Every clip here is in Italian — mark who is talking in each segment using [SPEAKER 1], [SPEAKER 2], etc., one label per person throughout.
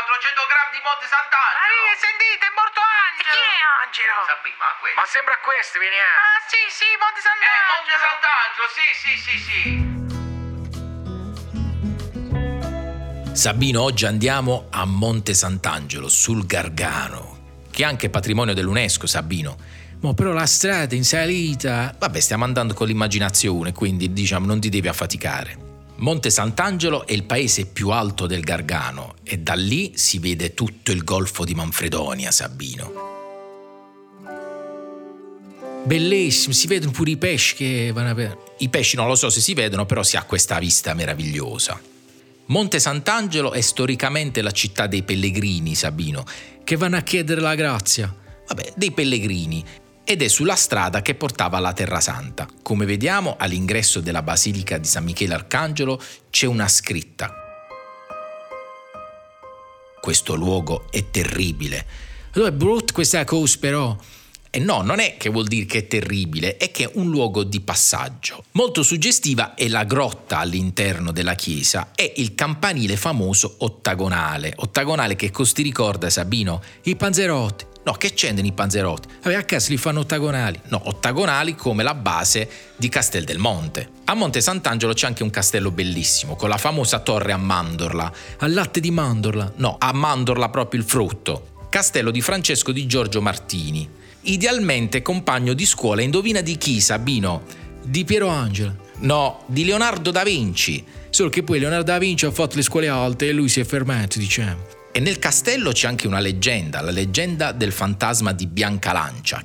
[SPEAKER 1] San di Monte Sant'Angelo.
[SPEAKER 2] Maria, sentite, è morto Angelo!
[SPEAKER 3] chi è Angelo?
[SPEAKER 1] Sappi, ma questo.
[SPEAKER 2] Ma sembra questo, vieni eh. a...
[SPEAKER 3] Ah, sì,
[SPEAKER 1] Eh,
[SPEAKER 3] sì, Monte
[SPEAKER 1] Monte
[SPEAKER 3] Sant'Angelo!
[SPEAKER 1] Sant'Angelo, sì, sì, sì, sì.
[SPEAKER 4] Sabino, oggi andiamo a Monte Sant'Angelo, sul Gargano, che è anche patrimonio dell'UNESCO, Sabino. Ma però la strada in salita... Vabbè, stiamo andando con l'immaginazione, quindi diciamo non ti devi affaticare. Monte Sant'Angelo è il paese più alto del Gargano e da lì si vede tutto il golfo di Manfredonia, Sabino. Bellissimo, si vedono pure i pesci che vanno a vedere. I pesci non lo so se si vedono, però si ha questa vista meravigliosa. Monte Sant'Angelo è storicamente la città dei pellegrini, Sabino, che vanno a chiedere la grazia. Vabbè, dei pellegrini. Ed è sulla strada che portava alla Terra Santa. Come vediamo, all'ingresso della Basilica di San Michele Arcangelo c'è una scritta. Questo luogo è terribile. Allora è brutta questa cosa però. E no, non è che vuol dire che è terribile, è che è un luogo di passaggio. Molto suggestiva è la grotta all'interno della chiesa e il campanile famoso ottagonale. Ottagonale che costi ricorda, Sabino, i panzerotti. No, che c'entrano i panzerotti? Vabbè, a casa li fanno ottagonali. No, ottagonali come la base di Castel del Monte. A Monte Sant'Angelo c'è anche un castello bellissimo, con la famosa torre a mandorla. Al latte di mandorla? No, a mandorla proprio il frutto. Castello di Francesco di Giorgio Martini idealmente compagno di scuola, indovina di chi, Sabino? Di Piero Angela. No, di Leonardo da Vinci. Solo che poi Leonardo da Vinci ha fatto le scuole alte e lui si è fermato, diciamo. E nel castello c'è anche una leggenda, la leggenda del fantasma di Biancalancia,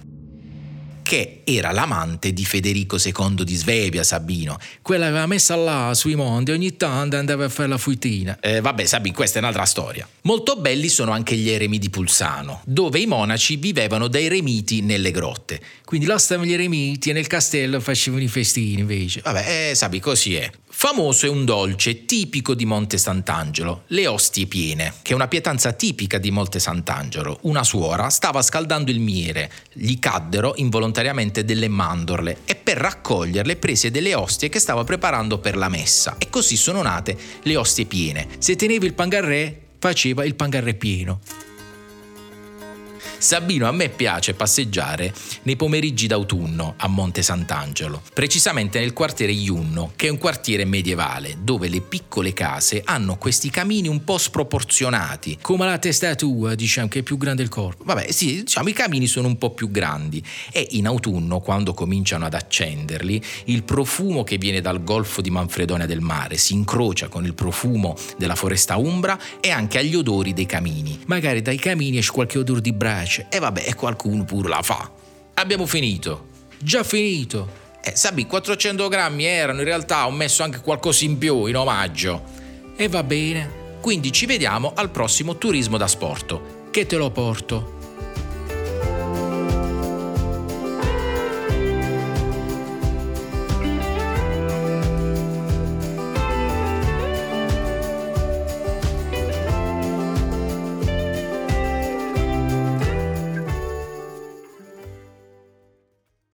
[SPEAKER 4] che era l'amante di Federico II di Svevia, Sabino.
[SPEAKER 2] Quella aveva messa là sui monti, ogni tanto andava a fare la fuitina.
[SPEAKER 4] Eh, vabbè, Sabin, questa è un'altra storia. Molto belli sono anche gli eremi di Pulsano, dove i monaci vivevano dai remiti nelle grotte.
[SPEAKER 2] Quindi là stavano gli eremiti e nel castello facevano i festini invece.
[SPEAKER 4] Vabbè, eh, Sabi, così è. Famoso è un dolce tipico di Monte Sant'Angelo, le ostie piene, che è una pietanza tipica di Monte Sant'Angelo. Una suora stava scaldando il miele, gli caddero involontariamente delle mandorle e per raccoglierle prese delle ostie che stava preparando per la messa. E così sono nate le ostie piene.
[SPEAKER 2] Se tenevi il pangarré, faceva il pangarré pieno.
[SPEAKER 4] Sabino, a me piace passeggiare nei pomeriggi d'autunno a Monte Sant'Angelo, precisamente nel quartiere Iunno, che è un quartiere medievale, dove le piccole case hanno questi camini un po' sproporzionati.
[SPEAKER 2] Come la testa tua, diciamo, che è più grande il corpo.
[SPEAKER 4] Vabbè, sì, diciamo i camini sono un po' più grandi e in autunno, quando cominciano ad accenderli, il profumo che viene dal golfo di Manfredonia del Mare si incrocia con il profumo della foresta umbra e anche agli odori dei camini.
[SPEAKER 2] Magari dai camini esce qualche odore di brace.
[SPEAKER 4] E vabbè, e qualcuno pure la fa. Abbiamo finito.
[SPEAKER 2] Già finito!
[SPEAKER 4] Eh, Sabi, 400 grammi erano, in realtà ho messo anche qualcosa in più in omaggio.
[SPEAKER 2] E va bene,
[SPEAKER 4] Quindi ci vediamo al prossimo Turismo da Sporto.
[SPEAKER 2] che te lo porto.